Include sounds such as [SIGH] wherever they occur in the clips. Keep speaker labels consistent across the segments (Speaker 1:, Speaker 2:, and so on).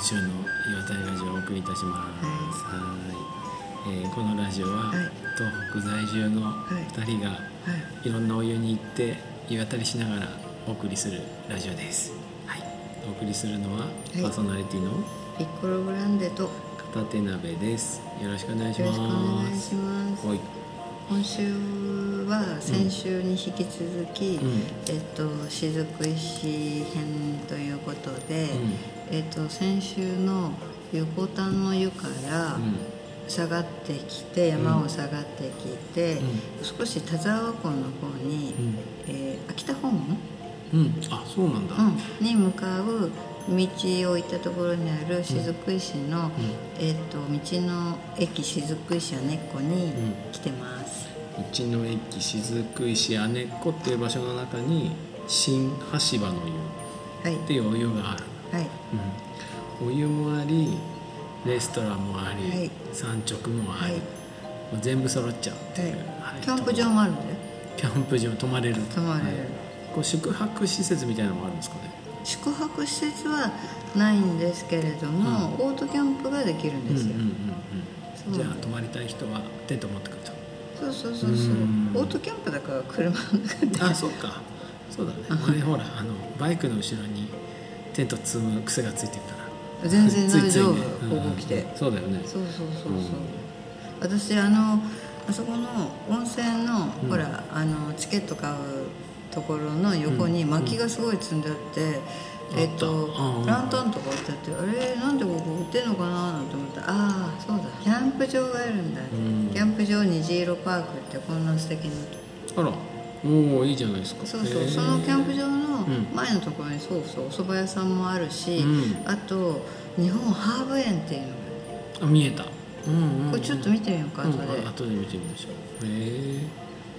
Speaker 1: 週の岩谷ラジオをお送りいたします。はい、えーこのラジオは、
Speaker 2: はい
Speaker 1: 東北在住の
Speaker 2: い
Speaker 1: 二人が
Speaker 2: はい
Speaker 1: ろんなお湯に行って岩たりしながらお送りするラジオです。はい、お送りするのは、パーソナリティの
Speaker 2: い、ピッコログランデとよ
Speaker 1: 片手鍋です。よろしくお願いし
Speaker 2: ろしくお
Speaker 1: ま
Speaker 2: 願いし
Speaker 1: す。
Speaker 2: ます。
Speaker 1: はい、
Speaker 2: 今週は先週に引き続き、
Speaker 1: うん
Speaker 2: えっと雫石編ということで、えっと先週の横田の湯から
Speaker 1: うん、
Speaker 2: 下がってきて、山を下がってきて、少し田沢湖の方に、
Speaker 1: うん、
Speaker 2: えー秋田方面、
Speaker 1: うん、うん、あ、そうなんだ。
Speaker 2: うん、に向かう道を行ったところにある雫石の、えっと道の駅雫石根っこに
Speaker 1: うん
Speaker 2: 来てます、
Speaker 1: うちの駅雫石姉子っていう場所の中に新橋場の
Speaker 2: はい
Speaker 1: 湯っていうお湯がある、
Speaker 2: はい
Speaker 1: うん、お湯もありレストランもあり、
Speaker 2: はい
Speaker 1: 山直もあり、
Speaker 2: は
Speaker 1: も
Speaker 2: い
Speaker 1: う全部揃っちゃうっていう、
Speaker 2: は
Speaker 1: はいい
Speaker 2: キャンプ場もあるんだよ
Speaker 1: キャンプ場泊まれる
Speaker 2: 泊まれる
Speaker 1: はいこう宿泊施設みたいなのもあるんですかね
Speaker 2: 宿泊施設はないんですけれども、オートキャンプができるんですよ、
Speaker 1: うんうん
Speaker 2: そ
Speaker 1: うんうん
Speaker 2: う
Speaker 1: じゃあ泊まりたい人はテント持ってくると
Speaker 2: そうそうそうそう
Speaker 1: うん
Speaker 2: オートキャンプだから車の中で
Speaker 1: あそっかそうだね俺ほらあのバイクの後ろにテント積む癖がついてるから
Speaker 2: 全然
Speaker 1: つい
Speaker 2: 大
Speaker 1: ついね
Speaker 2: 丈夫
Speaker 1: うん
Speaker 2: ここ来て
Speaker 1: そうだよね
Speaker 2: そうそうそうそう、
Speaker 1: うん
Speaker 2: 私あのあそこの温泉の、
Speaker 1: うん
Speaker 2: ほらあのチケット買うところの横に
Speaker 1: うん
Speaker 2: 薪がすごい積んであって、
Speaker 1: うん
Speaker 2: えっと
Speaker 1: あったあ
Speaker 2: ランタンとか置いてあってあれなんでここ売ってんのかななんて思ったらああそうだキャンプ場があるんだ、
Speaker 1: うん
Speaker 2: キャンプ場虹色パークってこんな素敵な
Speaker 1: あらおおいいじゃないですか
Speaker 2: そうそ
Speaker 1: へ
Speaker 2: う
Speaker 1: ー
Speaker 2: そのキャンプ場の
Speaker 1: うん
Speaker 2: 前のところにそうそうお蕎麦屋さんもあるし、
Speaker 1: うん
Speaker 2: あと日本ハーブ園っていうのが
Speaker 1: あ見えたうんうん、うん、
Speaker 2: これちょっと見てみようか後で、
Speaker 1: うんあ後で見てみましょうへ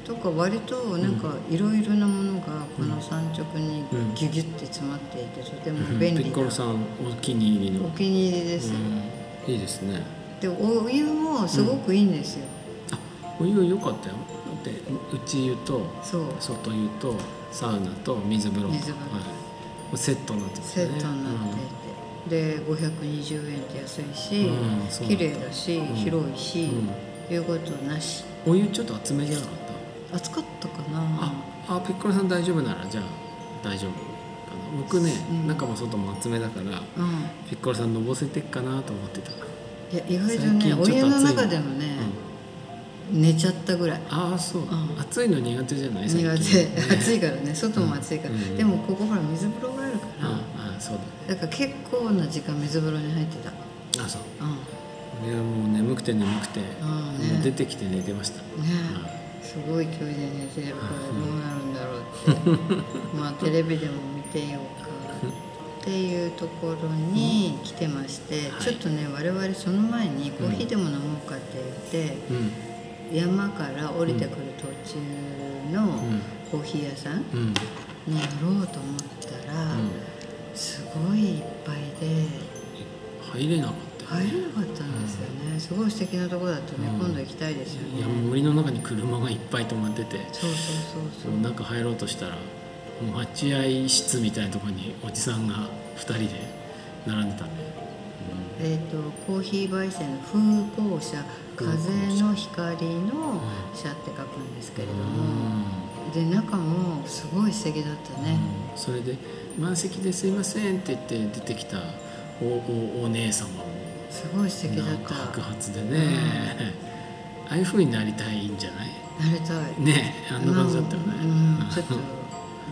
Speaker 2: とか割となんかいろいろなものがこの産直にギュギュって詰まっていてとても
Speaker 1: え
Speaker 2: 便
Speaker 1: ピ
Speaker 2: 利
Speaker 1: ッ
Speaker 2: な
Speaker 1: コロさんお気に入りの
Speaker 2: お気に入りです、
Speaker 1: うんいいですね
Speaker 2: でお湯もすごくいいんですよ、
Speaker 1: あお湯良かったよだってうち湯と
Speaker 2: そう
Speaker 1: 外湯とサウナと水風呂と
Speaker 2: 水風呂
Speaker 1: はい、もうセットになってます
Speaker 2: セ
Speaker 1: ね
Speaker 2: ットになっていて、で520円って安いし、
Speaker 1: うんそうな
Speaker 2: 綺
Speaker 1: んだ
Speaker 2: 麗だし、広いし、
Speaker 1: うん
Speaker 2: いうことなし
Speaker 1: うんお湯ちょっと厚めじゃなかった
Speaker 2: 暑かったかな
Speaker 1: あ、あピッコロさん大丈夫ならじゃあ大丈夫かな僕ね、
Speaker 2: うん
Speaker 1: 中も外も厚めだから
Speaker 2: うん
Speaker 1: ピッコロさんのぼせてっかなと思ってた、
Speaker 2: いや意外と
Speaker 1: 最近
Speaker 2: ね
Speaker 1: ちょっと
Speaker 2: お
Speaker 1: 暑い
Speaker 2: 湯
Speaker 1: の
Speaker 2: の中でもね、寝ちゃったぐらい
Speaker 1: ああそう、
Speaker 2: うん
Speaker 1: 暑いの苦手じゃない
Speaker 2: 苦手
Speaker 1: [LAUGHS]
Speaker 2: 暑いからね外も暑いから、
Speaker 1: うん
Speaker 2: でもここほら水風呂があるから、
Speaker 1: ああそう
Speaker 2: だから結構な時間水風呂に入ってた
Speaker 1: だねあそう
Speaker 2: うん
Speaker 1: 俺はもう眠くて眠くて、
Speaker 2: ああね
Speaker 1: もう出てきて寝てました、
Speaker 2: ねすごい勢いで寝てるからどうなるんだろう
Speaker 1: [LAUGHS]
Speaker 2: ってまあテレビでも見てようかっていうところに来てまして、
Speaker 1: はい
Speaker 2: ちょっとね我々その前にコーヒーでも飲もうかって言って、
Speaker 1: うん
Speaker 2: 山から降りてくる途中の
Speaker 1: ん
Speaker 2: コーヒー屋さんに
Speaker 1: うん
Speaker 2: 寄ろうと思ったら、
Speaker 1: うん
Speaker 2: すごいいっぱいで。
Speaker 1: 入れなかったよ
Speaker 2: 入れなかったんですよね、すごい素敵なとこだったね、
Speaker 1: うん
Speaker 2: 今度行きたいですよね
Speaker 1: いやもう森の中に車がいっぱい止まってて
Speaker 2: そうそうそうそ
Speaker 1: そうう中入ろうとしたらもう待合室みたいなところにおじさんが2人で並んでたね、
Speaker 2: えっ、とコーヒー焙煎の風光社風の光の社って書くんですけれど
Speaker 1: うん
Speaker 2: も、で中もすごい素敵だったね、
Speaker 1: うんそれで「満席ですいません」って言って出てきたおおお姉様も
Speaker 2: すごい素敵だ
Speaker 1: な
Speaker 2: っ
Speaker 1: ん
Speaker 2: た
Speaker 1: か白髪で
Speaker 2: う
Speaker 1: ね、ああいうふうになりたいんじゃない
Speaker 2: なりたい
Speaker 1: ねえあんな感じだったよね、
Speaker 2: うん、ちょっと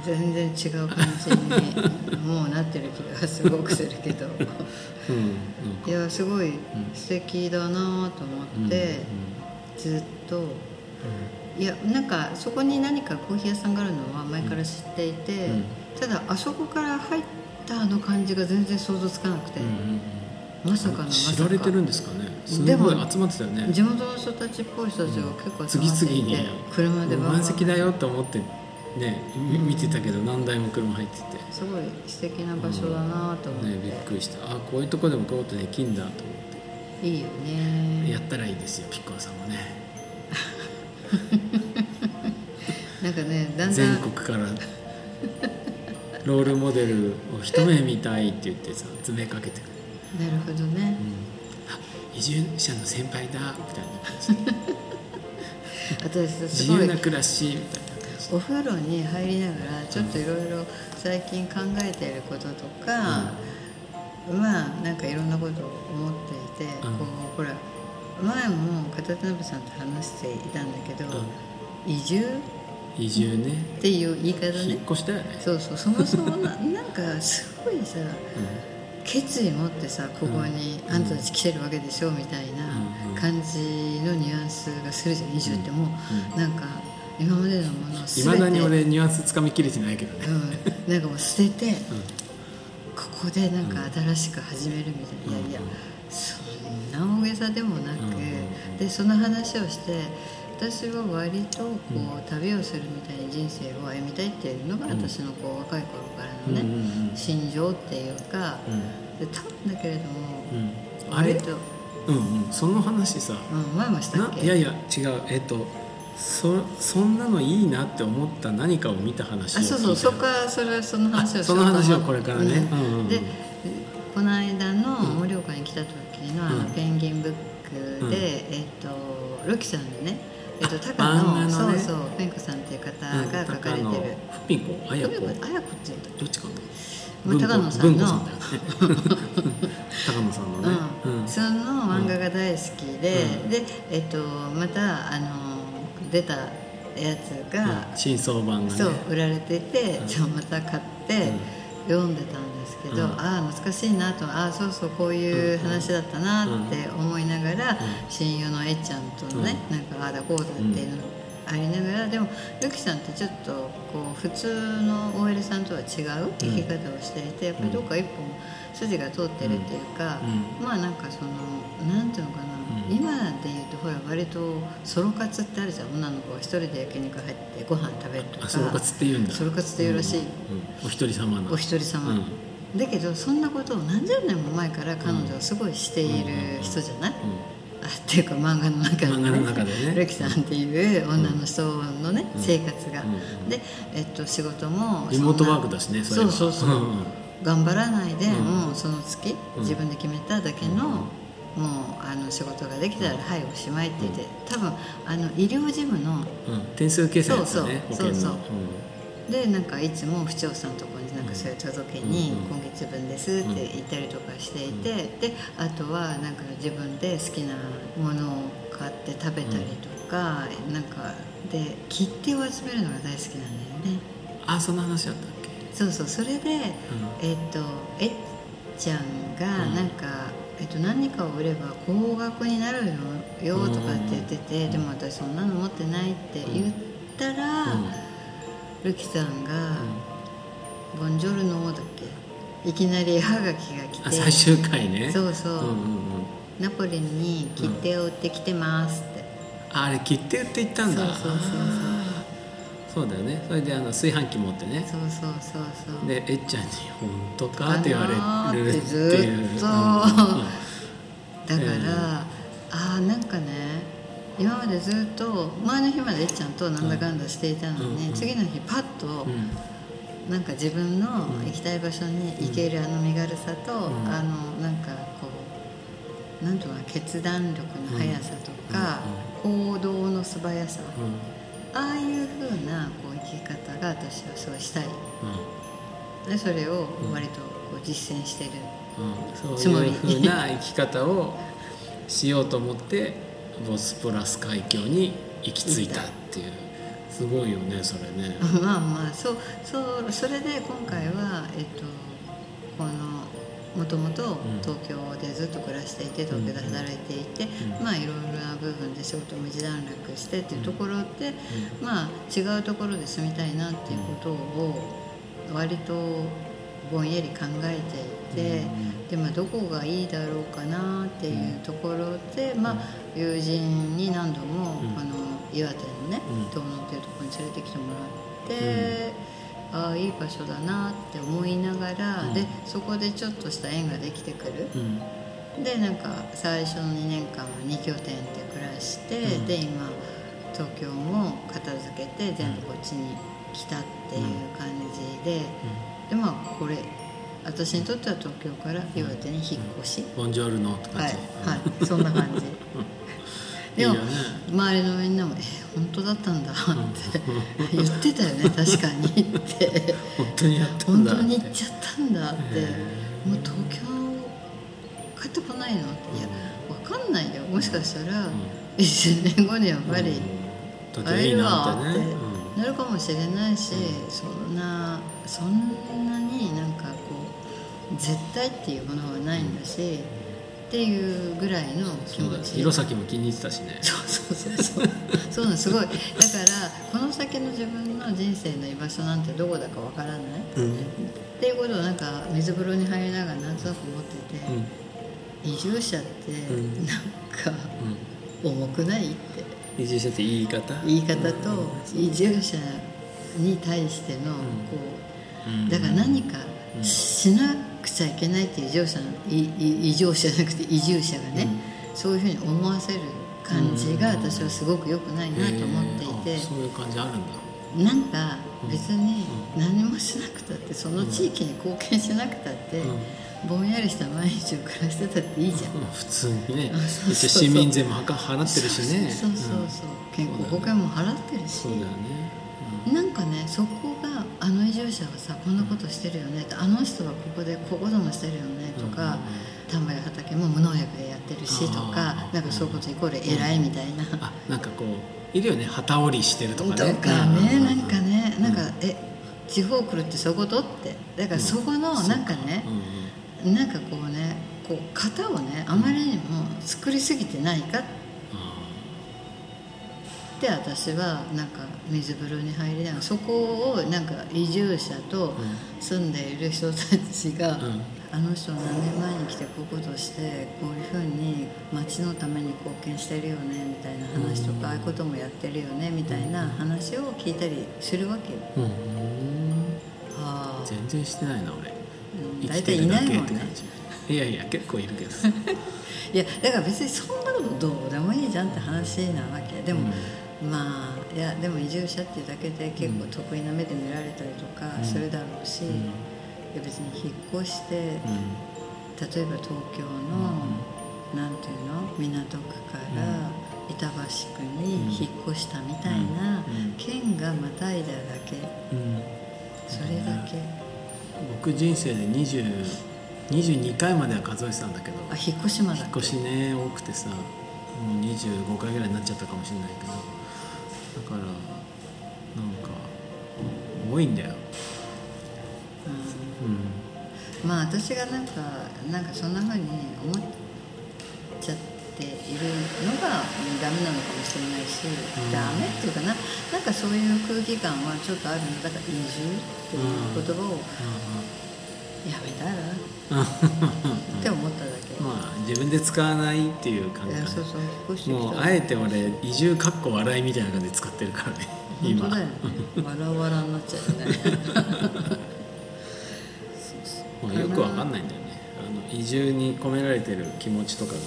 Speaker 2: 全然違う感じ
Speaker 1: [LAUGHS]
Speaker 2: にもうなってる気がすごくするけど
Speaker 1: うんうん
Speaker 2: いやすごい素敵だなと思って、ずっといやなんかそこに何かコーヒー屋さんがあるのは前から知っていて、
Speaker 1: うん
Speaker 2: ただあそこから入ったあの感じが全然想像つかなくて、
Speaker 1: うんうんうんうん
Speaker 2: まさかのまさか
Speaker 1: 知られてるんですかねす
Speaker 2: で
Speaker 1: ご
Speaker 2: も
Speaker 1: い集まってたよね
Speaker 2: 地元の人たちっぽい人たちが結構集ま
Speaker 1: 次
Speaker 2: って
Speaker 1: 々に
Speaker 2: いて、車でバンバン
Speaker 1: 満席だよと思ってねみ見てたけど何台も車入ってて
Speaker 2: すごい素敵な場所だなと思って、
Speaker 1: ねびっくりしたあこういうとこでもこういうことできんだと思っ
Speaker 2: いいよ
Speaker 1: て
Speaker 2: ね
Speaker 1: やったらいいですよピッコロさんもね
Speaker 2: なんかねだんだ
Speaker 1: 全
Speaker 2: ん
Speaker 1: 国からロールモデルを一目見たいって言ってさ詰めかけてくる
Speaker 2: なるほどね
Speaker 1: うん、あ移住者の先輩だみたいな感
Speaker 2: [LAUGHS]
Speaker 1: じで
Speaker 2: 私さす
Speaker 1: 自
Speaker 2: ご
Speaker 1: 由
Speaker 2: い
Speaker 1: な暮らしみたいな感じで
Speaker 2: お風呂に入りながらちょっといろいろ最近考えていることとか、まあなんかいろんなことを思っていて、
Speaker 1: うん
Speaker 2: こうほら前も片手信さんと話していたんだけど、移住
Speaker 1: 移住ね
Speaker 2: っていう言い方
Speaker 1: 引
Speaker 2: ね
Speaker 1: っ越したよね
Speaker 2: そうそうそもそもな [LAUGHS] なんかすごいさ
Speaker 1: うん
Speaker 2: 決意持ってさここに
Speaker 1: うん
Speaker 2: あんたたち来てるわけでしょみたいな
Speaker 1: うんうん
Speaker 2: 感じのニュアンスがするじゃん移住ってもうなんか今までのものを
Speaker 1: い
Speaker 2: 全
Speaker 1: ま
Speaker 2: て
Speaker 1: だに俺ニュアンスつかみきれてないけどね、
Speaker 2: うん、なんかもう捨てて
Speaker 1: うん
Speaker 2: ここでなんか新しく始めるみたいな、
Speaker 1: うん
Speaker 2: いやいやそんな大げさでもなく、
Speaker 1: うんうんうん
Speaker 2: でその話をして私は割とこう、
Speaker 1: うん
Speaker 2: 旅をするみたいに人生を歩みたいっていうのが
Speaker 1: うん
Speaker 2: 私のこう若い頃から
Speaker 1: うん
Speaker 2: の
Speaker 1: うん
Speaker 2: ね、心情っていうか、で多分だけれども、
Speaker 1: うんうんあれ
Speaker 2: 割と、
Speaker 1: うんうんその話さ
Speaker 2: うん、前もした
Speaker 1: な
Speaker 2: っけ
Speaker 1: いやいや違うえっとそそんなのいいなって思った何かを見た話を
Speaker 2: あそう
Speaker 1: 聞い
Speaker 2: そ
Speaker 1: た
Speaker 2: うそこからそれはその
Speaker 1: あ
Speaker 2: 話をし
Speaker 1: そ
Speaker 2: よう
Speaker 1: の
Speaker 2: と思って
Speaker 1: 話をこれからね、
Speaker 2: うん
Speaker 1: うんうんうん
Speaker 2: でこの間の盛岡に来た時のあの
Speaker 1: うん
Speaker 2: ペンギンブッ
Speaker 1: う
Speaker 2: ク
Speaker 1: ん
Speaker 2: で、えっとロキさんのね、えっと高
Speaker 1: あ漫
Speaker 2: 野
Speaker 1: 画のね
Speaker 2: そうそうペンコさんっていう方
Speaker 1: うん
Speaker 2: が書かれて
Speaker 1: 高野
Speaker 2: る。
Speaker 1: フピコ綾
Speaker 2: と
Speaker 1: 子
Speaker 2: にかくあやこって言うんだ
Speaker 1: どっちかな
Speaker 2: ま
Speaker 1: 文庫
Speaker 2: あ高野さんの
Speaker 1: 文庫
Speaker 2: [LAUGHS]
Speaker 1: だよね高野さんのね、
Speaker 2: うん
Speaker 1: うん
Speaker 2: その漫画が大好きで、
Speaker 1: うん
Speaker 2: で、えっと、またあの出たやつが、
Speaker 1: うん新装版がね
Speaker 2: そう売られてて、
Speaker 1: うん
Speaker 2: そうまた買って、読んでたんですけど、
Speaker 1: うん
Speaker 2: ああ懐かしいなとああそうそうこういう話だったなって思いながら、親友のえっちゃんとのね、なんかああだこうだっていうのありながら、でもルキさんってちょっとこう普通の OL さんとは違う生き方をしていて、やっぱりどっか一本筋が通ってるっていうか、
Speaker 1: う
Speaker 2: まあなんかそのなんていうのかな、
Speaker 1: うん
Speaker 2: 今で言うとほら割とソロ活ってあるじゃん女の子が一人で焼肉入ってご飯食べるとか
Speaker 1: あソロ活って言うんだ
Speaker 2: ソロ活っていうらし
Speaker 1: う
Speaker 2: い、
Speaker 1: んうんお一人様の
Speaker 2: お一人様、
Speaker 1: うん
Speaker 2: だけどそんなことを何十年も前から彼女はすごいしている人じゃない、あっていうか漫画の中
Speaker 1: うん漫画の中でね
Speaker 2: ルキさんっていう女の人のね、
Speaker 1: うん
Speaker 2: 生活が、
Speaker 1: うん
Speaker 2: で、えっと、仕事も
Speaker 1: リモートワークだしね
Speaker 2: そ
Speaker 1: そ
Speaker 2: ん
Speaker 1: れ
Speaker 2: な
Speaker 1: は
Speaker 2: そうそうそう、
Speaker 1: んん
Speaker 2: 頑張らないで、
Speaker 1: うん
Speaker 2: もうその月
Speaker 1: うん
Speaker 2: 自分で決めただけの、もうあの仕事ができたら、はいおしまいって言って多分あの医療事務の
Speaker 1: うん点数計算ですね
Speaker 2: そうそう
Speaker 1: 保険の
Speaker 2: そうでなんかいつも府長さんのところになんかそういう届けに
Speaker 1: うん
Speaker 2: 「今月分です」って言ったりとかしていてであとはなんか自分で好きなものを買って食べたりとかなんかで切手を集めるのが大好きなんだよね
Speaker 1: うんあそんな話あったっけ
Speaker 2: そうそうそれで
Speaker 1: うん
Speaker 2: えっとえっちゃんがなんかえっと何かを売れば高額になるよとかって言っててでも私そんなの持ってないって言ったらルキさんが
Speaker 1: うん
Speaker 2: 「ボンジョルノ」だっけいきなり絵はがきが来
Speaker 1: あ
Speaker 2: て
Speaker 1: 最終回ね
Speaker 2: そうそう、
Speaker 1: うんうんうん
Speaker 2: ナポリに切手を売ってきてますって、
Speaker 1: ああれ切手売って言ったんだ
Speaker 2: そうそうそうそう
Speaker 1: あーそうだよねそれであの炊飯器持ってね
Speaker 2: そうそうそうそう
Speaker 1: でえっちゃんに「本当か?」って言われるってい
Speaker 2: かなーって
Speaker 1: う
Speaker 2: ずーっと
Speaker 1: うん
Speaker 2: だから、
Speaker 1: うん
Speaker 2: ああーなんかね今までずっと前の日までえっちゃんとなんだかんだしていたのに、
Speaker 1: うん
Speaker 2: 次の日パッと、
Speaker 1: うん
Speaker 2: なんか自分の行きたい場所に行けるあの身軽さと、
Speaker 1: うん
Speaker 2: あのなんかこうなんとか決断力の速さとか、行動の素早さ、
Speaker 1: うんうん
Speaker 2: ああいうふうなこう生き方が私はすごいしたい
Speaker 1: うん
Speaker 2: でそれを割とこう実践してる、
Speaker 1: うん
Speaker 2: つ
Speaker 1: そ
Speaker 2: ま
Speaker 1: うい
Speaker 2: り
Speaker 1: うふうな生き方をしようと思ってボスプラス海峡に行き着いたっていうすごいよねそれね。
Speaker 2: [LAUGHS] まあまあそうそうそれで今回はえっとこのもともと東京でずっと暮らしていて東京で働いていて、
Speaker 1: うん
Speaker 2: まあいろいろな部分で仕事も一段落してっていうところで、まあ違うところで住みたいなっていうことを割とぼんやり考えていて。でまあ、どこがいいだろうかなっていうところで、まあ、友人に何度も、
Speaker 1: うん
Speaker 2: この岩手のね
Speaker 1: うん
Speaker 2: 遠野っていうところに連れてきてもらって、ああいい場所だなって思いながら、
Speaker 1: うん
Speaker 2: でそこでちょっとした縁ができてくる、
Speaker 1: うんうん
Speaker 2: でなんか最初の2年間は2拠点で暮らして、
Speaker 1: うん
Speaker 2: で今東京も片付けて全部こっちに来たっていう感じで。でまあこれ私にとっては東京から岩手に引っ越し、
Speaker 1: ボンジョルノって
Speaker 2: は
Speaker 1: 感
Speaker 2: い
Speaker 1: じ、
Speaker 2: はいそんな感じ
Speaker 1: [LAUGHS] い
Speaker 2: でも
Speaker 1: いよね
Speaker 2: 周りのみんなも「え本当だったんだ」って言ってたよね確かにって
Speaker 1: 本当にやったん
Speaker 2: 本
Speaker 1: だっ
Speaker 2: 当
Speaker 1: て
Speaker 2: に行っちゃったんだって
Speaker 1: へ
Speaker 2: もう東京帰ってこないのっていやわかんないよもしかしたら
Speaker 1: ん
Speaker 2: 1年後にはパリ
Speaker 1: うん
Speaker 2: 会えるわ
Speaker 1: 時計いいなん
Speaker 2: っ
Speaker 1: てね
Speaker 2: てなるかもしれないしそんなそんなになんかこう絶対っていうものはないんだしっていうぐらいの気
Speaker 1: うんそう
Speaker 2: 持
Speaker 1: だね
Speaker 2: ち
Speaker 1: 色先も気に入ってたしね
Speaker 2: そうそうそうそうそうなのすごいだからこの先の自分の人生の居場所なんてどこだかわからない、
Speaker 1: うん
Speaker 2: っていうことをなんか水風呂に入りながらなんとなく思ってて、
Speaker 1: うん
Speaker 2: 移住者って
Speaker 1: うん
Speaker 2: なんか重くないって
Speaker 1: 移住者って言い方
Speaker 2: 言い方と
Speaker 1: うん
Speaker 2: 移住者に対してのこ
Speaker 1: うん
Speaker 2: うだから何か
Speaker 1: うん
Speaker 2: しなくちゃいけないっていう異常者のいい異常者じゃなくて移住者がね、そういうふうに思わせる感じが私はすごく良くないなと思っていて。
Speaker 1: へーあそういう感じあるんだ
Speaker 2: なんか別に何もしなくたってその地域に貢献しなくたって
Speaker 1: う
Speaker 2: ぼんやりした毎日を暮らしてたっていいじゃん。
Speaker 1: まあ普通にね
Speaker 2: あそうそうそう
Speaker 1: 一応市民税もはか払ってるしね
Speaker 2: そうそうそうそう健康保険も払ってるし
Speaker 1: うんそうだよね
Speaker 2: なんかねそこがあの移住者はさこんなことしてるよねってあの人はここでこういうこともしてるよねとか田んぼや畑も無農薬でやってるしと
Speaker 1: あ
Speaker 2: か
Speaker 1: ー
Speaker 2: なんかそういうことイコール偉いみたいな。
Speaker 1: うんあなんかこういるよね旗織りしてると
Speaker 2: と
Speaker 1: かね
Speaker 2: かね
Speaker 1: うん
Speaker 2: なんかねなんか
Speaker 1: うん
Speaker 2: え地方来るってそういうことってだからそこの
Speaker 1: うん
Speaker 2: なんかね
Speaker 1: うんうん
Speaker 2: なんかこうねこう型をねあまりにも作りすぎてないかっ
Speaker 1: あ
Speaker 2: て私はなんか水風呂に入りながらそこをなんか移住者と住んでいる人たちが、
Speaker 1: ーうん
Speaker 2: あの人何年前に来てこういうことをしてこういうふうに町のために貢献してるよねみたいな話とか、
Speaker 1: うん
Speaker 2: ああいうこともやってるよねみたいな話を聞いたりするわけよ。
Speaker 1: うん
Speaker 2: あ
Speaker 1: 全然してないな俺
Speaker 2: あ
Speaker 1: 生
Speaker 2: 大
Speaker 1: きて
Speaker 2: 体い
Speaker 1: るだ
Speaker 2: な
Speaker 1: け
Speaker 2: い
Speaker 1: って
Speaker 2: も
Speaker 1: 感
Speaker 2: ん
Speaker 1: じ
Speaker 2: ね
Speaker 1: いやいや結構いるけど
Speaker 2: いやだから別にそんなことどうでもいいじゃんって話なわけでも、まあいやでも移住者っていうだけで結構得意な目で見られたりと
Speaker 1: う
Speaker 2: か
Speaker 1: ん
Speaker 2: するだろうし、
Speaker 1: うん
Speaker 2: いや別に引っ越して、例え
Speaker 1: うん
Speaker 2: ば東京の、なんていうの港区から板橋区に引っ越したみたいな、
Speaker 1: うんうん
Speaker 2: 県がまたいだだけ
Speaker 1: うんうん
Speaker 2: それだけ、
Speaker 1: 僕人生で20 22回までは数えてたんだけど
Speaker 2: あ引っ越しまだ
Speaker 1: 引っ越しね多くてさもう25回ぐらいになっちゃったかもしれないけどだからなんか多いんだよ、
Speaker 2: うん
Speaker 1: うん、
Speaker 2: まあ私がなんかなんかそんな風に思っちゃっているのがダメなのかもしれないし、
Speaker 1: うん
Speaker 2: ダメっていうかななんかそういう空気感はちょっとあるのだから移住っていう言葉をやめたらっ
Speaker 1: うんうん
Speaker 2: て思っただけ、
Speaker 1: まあ自分で使わないっていう感
Speaker 2: い
Speaker 1: じ
Speaker 2: やそうそう引っ越してき
Speaker 1: も
Speaker 2: た
Speaker 1: うあえて俺移住かっこ笑いみたいな感じで使ってるからね
Speaker 2: 本
Speaker 1: 今
Speaker 2: 当だよねわらわらになっちゃうよね
Speaker 1: まあ、よくわかんないんだよねあの移住に込められてる気持ちとかが、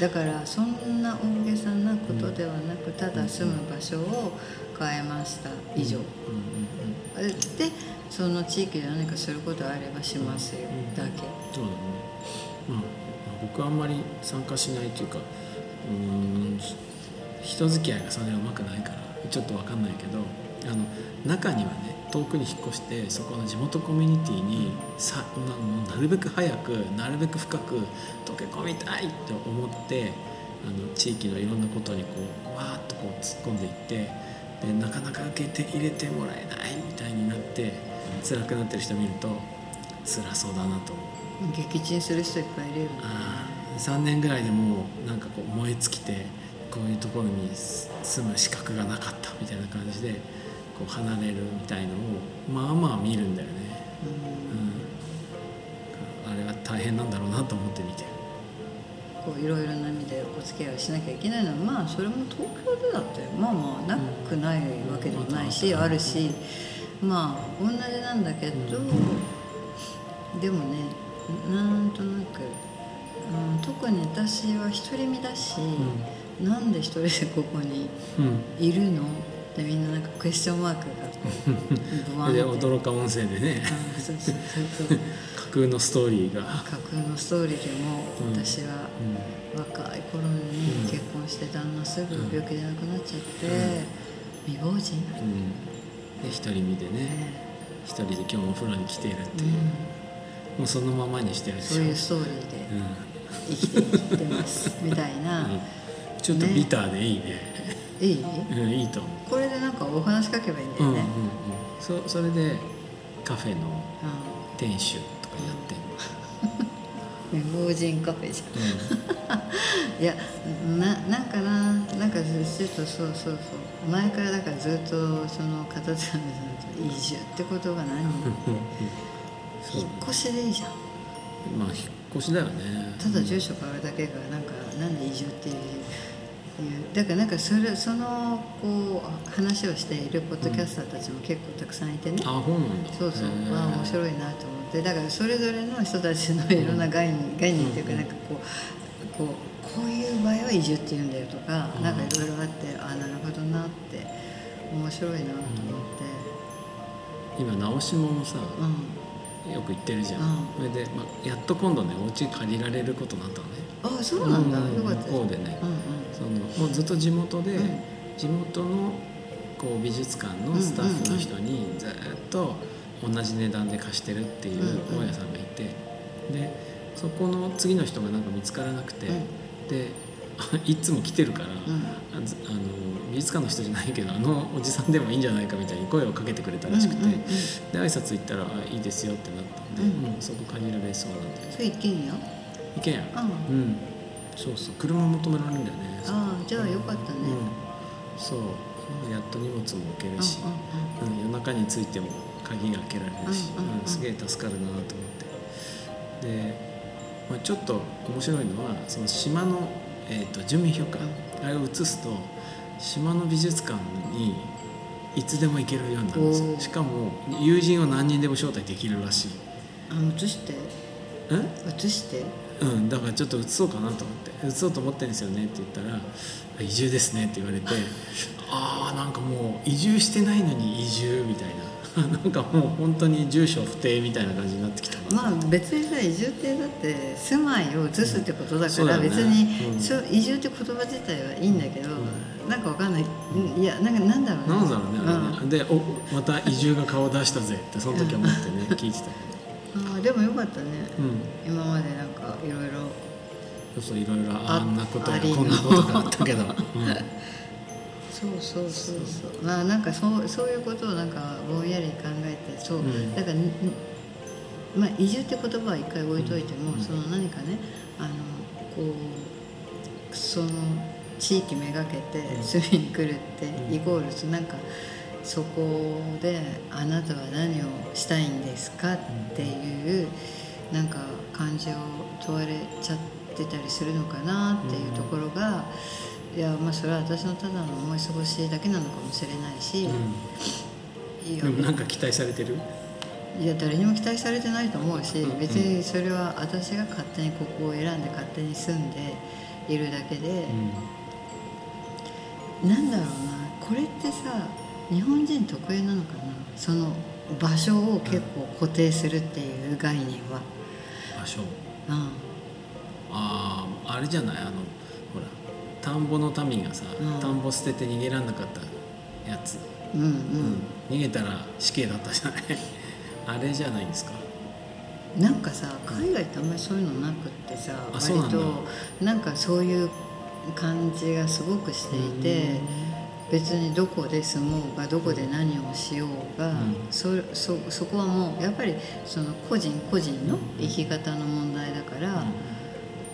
Speaker 2: だからそんな大げさなことではなくただ住む場所を変えました以上、
Speaker 1: うんうんうんうん、
Speaker 2: でその地域で何かすることあればしますよ、
Speaker 1: うん
Speaker 2: だけ
Speaker 1: そうだね、うん、僕はあんまり参加しないというかうーん人付き合いがそれはうまくないからちょっとわかんないけどあの中にはね遠くに引っ越してそこの地元コミュニティにさなもうなるべく早くなるべく深く溶け込みたいと思ってあの地域のいろんなことにこうわーっとこう突っ込んでいってでなかなか受けて入れてもらえないみたいになって辛くなってる人見ると辛そうだなと思う。
Speaker 2: 撃沈する人いっぱいいるよね
Speaker 1: あー3年ぐらいでもうなんかこう燃え尽きてこういうところにす住む資格がなかったみたいな感じでこう離れるみたいのをまあまあ見るんだよね、う
Speaker 2: うん
Speaker 1: ん、あれは大変なんだろうなと思って見てる
Speaker 2: こういろいろな意味でお付き合いをしなきゃいけないのはまあそれも東京でだってまあまあなくないわけでもないし、
Speaker 1: うん
Speaker 2: あるしまあ同じなんだけど、でもねなんとなく、うん、特に私は独り身だし、なんで一人でここに
Speaker 1: うん
Speaker 2: いるのでみんななんかクエスチョンマークがこうブワ
Speaker 1: で
Speaker 2: ンって
Speaker 1: 驚か音声でね
Speaker 2: あそうそうそうそう
Speaker 1: 架空のストーリーが、
Speaker 2: 架空のストーリーでも
Speaker 1: うん
Speaker 2: 私は
Speaker 1: うん
Speaker 2: 若い頃に結婚して旦那すぐ病気で亡くなっちゃって、未亡人になって、
Speaker 1: うん、で一人身でね一人で今日もお風呂に来ているって
Speaker 2: う
Speaker 1: いう、
Speaker 2: ん、
Speaker 1: もうそのままにしてるでし
Speaker 2: そ
Speaker 1: ょ
Speaker 2: ういうストーリーで生きて生きてますみたいな、
Speaker 1: うんうんちょっとビターでいいね
Speaker 2: いい
Speaker 1: うんいいと思う
Speaker 2: これでなんかお話しかけばいいんだ
Speaker 1: う
Speaker 2: よ
Speaker 1: んうんう
Speaker 2: ね
Speaker 1: ん、そそれでカフェの
Speaker 2: う
Speaker 1: 店主とかやって
Speaker 2: ん未亡人カフェじゃん
Speaker 1: ん
Speaker 2: [LAUGHS] いやななんかななんかずっとそうそうそう前からだからずっとその片手さん移住ってことが何
Speaker 1: の、うんそう
Speaker 2: 引っ越しでいいじゃん
Speaker 1: まあ引っ越しだよね
Speaker 2: ただ住所変わるだけがなんかなんで移住っていういうだからなんかそれそのこう話をしているポッドキャスターたちも結構たくさんいてね、
Speaker 1: あそうなんだ
Speaker 2: そうそう
Speaker 1: へえ
Speaker 2: わあ面白いなと思ってだからそれぞれの人たちのいろんな概念概念っていうかなんかこうこうこういう場合は移住っていうんだよとか
Speaker 1: うん
Speaker 2: なんかいろいろあってああなるほどなって面白いなと思って
Speaker 1: 今直しもさ
Speaker 2: うん
Speaker 1: よく行ってるじゃん、
Speaker 2: うん
Speaker 1: それで、まあ、やっと今度ねお家借りられることになったのね
Speaker 2: ああそうなんだ
Speaker 1: うん
Speaker 2: よかったです
Speaker 1: 向こ
Speaker 2: うん
Speaker 1: うでね
Speaker 2: うん
Speaker 1: そのもうずっと地元で、
Speaker 2: うん
Speaker 1: 地元のこう美術館のスタッフの人にずっと同じ値段で貸してるっていう
Speaker 2: うんうん
Speaker 1: 大家さんがいてでそこの次の人がなんか見つからなくて、
Speaker 2: う
Speaker 1: で [LAUGHS] いつも来てるから、
Speaker 2: うん
Speaker 1: あずあの美術館の人じゃないけどあのおじさんでもいいんじゃないかみたいに声をかけてくれたらしくて、
Speaker 2: うんうんうん
Speaker 1: で挨拶行ったらあ「いいですよ」ってなったんで、
Speaker 2: うん
Speaker 1: うんそこ借りられそうなんで
Speaker 2: それ一軒家
Speaker 1: 行けや
Speaker 2: あ
Speaker 1: ん、うん、そうそう車も止められるんだよねそこ
Speaker 2: あじゃあよかったね
Speaker 1: うん、そうやっと荷物も置けるし、
Speaker 2: う
Speaker 1: うん夜中についても鍵が開けられるし、
Speaker 2: うんうんうん
Speaker 1: うんすげえ助かるなと思ってで、まあ、ちょっと面白いのはその島の、えー、と住民票か、あれを移すと島の美術館にいつでも行けるようになるんです
Speaker 2: お
Speaker 1: よ
Speaker 2: ー
Speaker 1: しかも友人を何人でも招待できるらしい
Speaker 2: んうんあ移して
Speaker 1: うん
Speaker 2: 移して
Speaker 1: うん、だからちょっと移そうかなと思って移そうと思ってるんですよねって言ったら「移住ですね」って言われて「ああなんかもう移住してないのに移住」みたいな [LAUGHS] なんかもう本当に住所不定みたいな感じになってきたな
Speaker 2: まあ別にさ移住ってだって住まいを移すってことだか
Speaker 1: そうだ
Speaker 2: ら
Speaker 1: よね
Speaker 2: 別
Speaker 1: う
Speaker 2: に
Speaker 1: ん
Speaker 2: そう移住って言葉自体はいいんだけどなんかわかんないいやなんかなんだろうね
Speaker 1: なんだろうね
Speaker 2: うん
Speaker 1: あれねでお「また移住が顔出したぜ」ってその時は思ってね聞いてたけ
Speaker 2: あーでもよかったね
Speaker 1: どうん
Speaker 2: 今までなんかいろいろ
Speaker 1: そうそういろいろ
Speaker 2: あ
Speaker 1: あんなこと
Speaker 2: あ
Speaker 1: や
Speaker 2: りの
Speaker 1: こんなことがあった
Speaker 2: [LAUGHS]
Speaker 1: けど、うん
Speaker 2: そうそうそうそうまあなんかそうそういうことをなんかぼんやり考えてそう、
Speaker 1: うん
Speaker 2: だからににまあ移住って言葉は一回置いといても、
Speaker 1: うん
Speaker 2: その何かねあのこうその地域めがけて
Speaker 1: うん
Speaker 2: 住みに来るって、
Speaker 1: うん
Speaker 2: イコールそなんかそこであなたは何をしたいんですかっていう、なんか感じを問われちゃってたりするのかなっていうところが、いやまあそれは私のただの思い過ごしだけなのかもしれないし、いい
Speaker 1: うん、
Speaker 2: よ
Speaker 1: でもなんか期待されてる
Speaker 2: いや誰にも期待されてないと思うし、
Speaker 1: うん
Speaker 2: 別にそれは私が勝手にここを選んで勝手に住んでいるだけで
Speaker 1: う、ん
Speaker 2: なんだろうなこれってさ日本人特有なのかなその場所を結構固定するっていう概念は。
Speaker 1: 場所
Speaker 2: うん
Speaker 1: あああれじゃないあのほら田んぼの民がさ、
Speaker 2: うん
Speaker 1: 田んぼ捨てて逃げらんなかったやつ、
Speaker 2: うん
Speaker 1: うん逃げたら死刑だったじゃないあれじゃないんですか
Speaker 2: うん、なんかさ海外ってあんまりそういうのなくってさ
Speaker 1: あそうなんだ
Speaker 2: となんかそういう感じがすごくしていて、別にどこで住もうがどこで何をしようが、
Speaker 1: うん
Speaker 2: そそそこはもうやっぱりその個人個人の生き方の問題だから、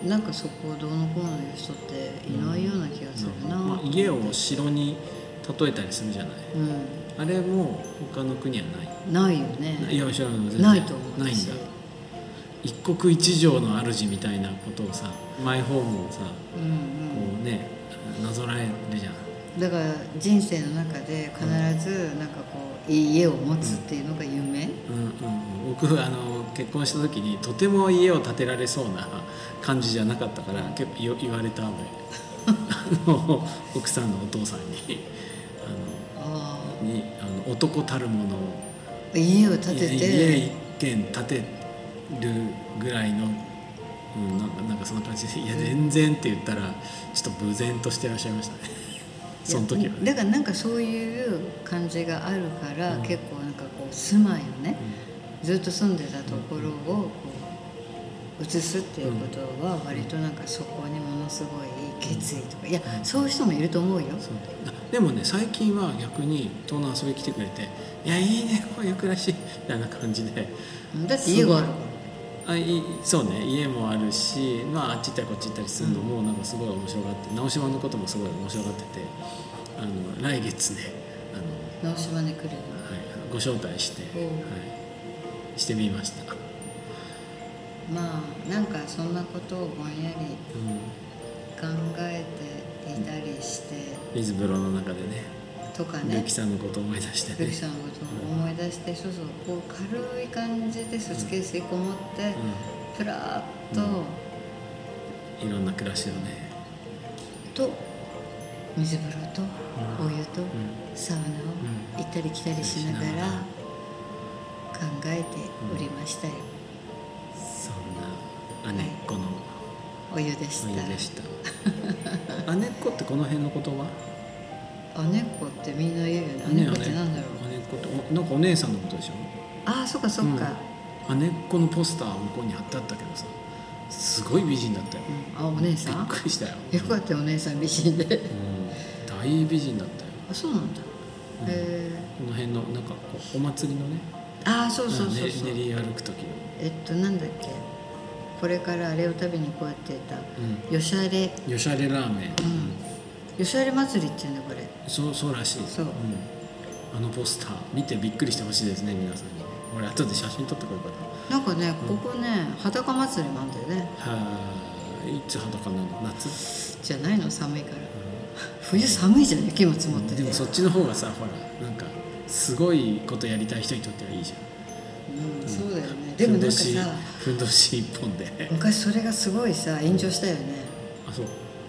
Speaker 2: なんかそこをどうのこうの言う人っていないような気がするな、
Speaker 1: まあ、家を城に例えたりするじゃない
Speaker 2: うん
Speaker 1: あれも他の国はない、
Speaker 2: ないよね
Speaker 1: いや知らない全然
Speaker 2: ないと思う
Speaker 1: ないん
Speaker 2: 私
Speaker 1: だ一国一城の主みたいなことをさマイホームをさ
Speaker 2: うんうん
Speaker 1: こうねなぞらえるじゃん
Speaker 2: だから人生の中で必ずなんかこういい家を持つっていうのが
Speaker 1: う
Speaker 2: 夢、
Speaker 1: んうんうん、僕あの結婚した時にとても家を建てられそうな感じじゃなかったから結構 [LAUGHS] よ言われたのよあの奥さんのお父さんにあ
Speaker 2: あ
Speaker 1: にあの男たるものを
Speaker 2: あ家を建て
Speaker 1: い
Speaker 2: て
Speaker 1: 家一軒建てるぐらいの、うん、なんかなんかそんな感じで「いや全然」って言ったらちょっと無然としてらっしゃいましたねその時はいね。
Speaker 2: やだからなんかそういう感じがあるから、
Speaker 1: うん
Speaker 2: 結構なんかこう住まいをね、ずっと住んでたところをこう移すっていうことは割となんかそこにものすごい決意とかいやそういう人もいると思うよ
Speaker 1: そうあでもね最近は逆に遠野遊びに来てくれて「いやいいねこういう暮らし」みたいな感じで
Speaker 2: だって家があるか
Speaker 1: あいいそうね家もあるし、まあ、あっち行ったりこっち行ったりするのもなんかすごい面白がって、直島のこともすごい面白がっててあの来月ねあの、
Speaker 2: ら直島に来るの
Speaker 1: はい、ご招待して、
Speaker 2: おう
Speaker 1: はい、してみました、
Speaker 2: まあなんかそんなことをぼんやり
Speaker 1: うん、
Speaker 2: 考えていたりして
Speaker 1: 水風呂の中でね
Speaker 2: とか
Speaker 1: ル
Speaker 2: ね
Speaker 1: キさんのこと思い出して
Speaker 2: ル
Speaker 1: ね
Speaker 2: キさんのことを思い出してそうそうこう軽い感じでスーツケース1個持ってプラーっと、
Speaker 1: うん、いろんな暮らしをね、
Speaker 2: と水風呂と
Speaker 1: うん
Speaker 2: お湯と
Speaker 1: ん
Speaker 2: サウナを
Speaker 1: うん
Speaker 2: 行ったり来たりしながら
Speaker 1: しながら
Speaker 2: 考えておりましたよ
Speaker 1: そんな姉っ子の
Speaker 2: お湯でし
Speaker 1: お湯
Speaker 2: た
Speaker 1: でした [LAUGHS] 姉っ子ってこの辺の言葉
Speaker 2: あ猫ってみんな言うよねあ
Speaker 1: ね
Speaker 2: 猫ってなんだろう
Speaker 1: 姉っ子っておなんかお姉さんのことでしょ
Speaker 2: ああそっかそっか
Speaker 1: うん、姉っ子のポスター向こうに貼ってあったけどさすごい美人だったよ、
Speaker 2: あお姉さ
Speaker 1: びっ
Speaker 2: ん
Speaker 1: くりしたよ、
Speaker 2: よかったよお姉さん美人で
Speaker 1: うん、大美人だったよ
Speaker 2: あそうなんだ
Speaker 1: うん
Speaker 2: へ
Speaker 1: この辺のなんかこうお祭りのね
Speaker 2: えああそうそうそう
Speaker 1: うん
Speaker 2: そう
Speaker 1: ね練り歩く時の、
Speaker 2: えっとなんだっけこれからあれを食べにこうやってたよしゃれ
Speaker 1: うん、よしゃれラーメン、
Speaker 2: よしゃれ祭りっていうんだこれ
Speaker 1: そうそうらしい、
Speaker 2: そうん
Speaker 1: あのポスター見てびっくりしてほしいですね皆さんに俺後で写真撮ってこようかな
Speaker 2: なんかねここね裸祭りなんだよね
Speaker 1: はいつ裸なの夏、
Speaker 2: じゃないの寒いから冬寒いじゃん雪も積もって
Speaker 1: で
Speaker 2: て
Speaker 1: もそっちの方がさほらなんかすごいことやりたい人にとってはいいじゃん
Speaker 2: うん、そうだよねでもなんかさ
Speaker 1: ふんどしふんどし一本で
Speaker 2: 昔それがすごいさ炎上したよね
Speaker 1: あそう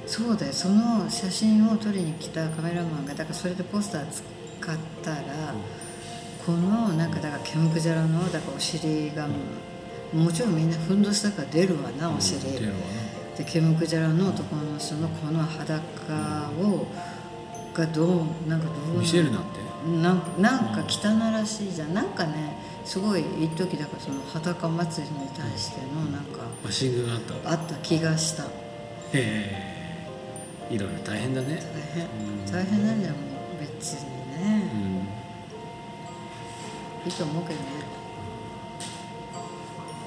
Speaker 2: そうだよその写真を撮りに来たカメラマンがだからそれでポスター使ったら、このなんかだからケムクジャラのだからお尻がもう、もちろんみんなふんどしたから出るわなお尻、
Speaker 1: っていうのは
Speaker 2: でケムクジャラの男の人のこの裸をがどうなんかどう
Speaker 1: な見せるなんて
Speaker 2: なんなんか汚らしいじゃんなんかねすごい一時だからその裸祭りに対してのなんか
Speaker 1: バッシングがあったへ
Speaker 2: あった気がした
Speaker 1: えいろいろ大変だね
Speaker 2: 大変
Speaker 1: うん
Speaker 2: 大変なんだよもう別に
Speaker 1: う
Speaker 2: ね
Speaker 1: ん
Speaker 2: いいと思うけどね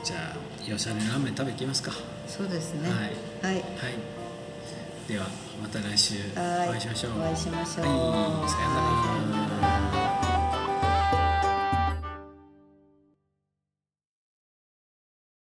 Speaker 1: じゃあよしゃれラーメン食べ行きますかは
Speaker 2: そうですねはい
Speaker 1: いではまた来週お
Speaker 2: はい
Speaker 1: 会いしましょう
Speaker 2: お会いしましょう
Speaker 1: はいさよなら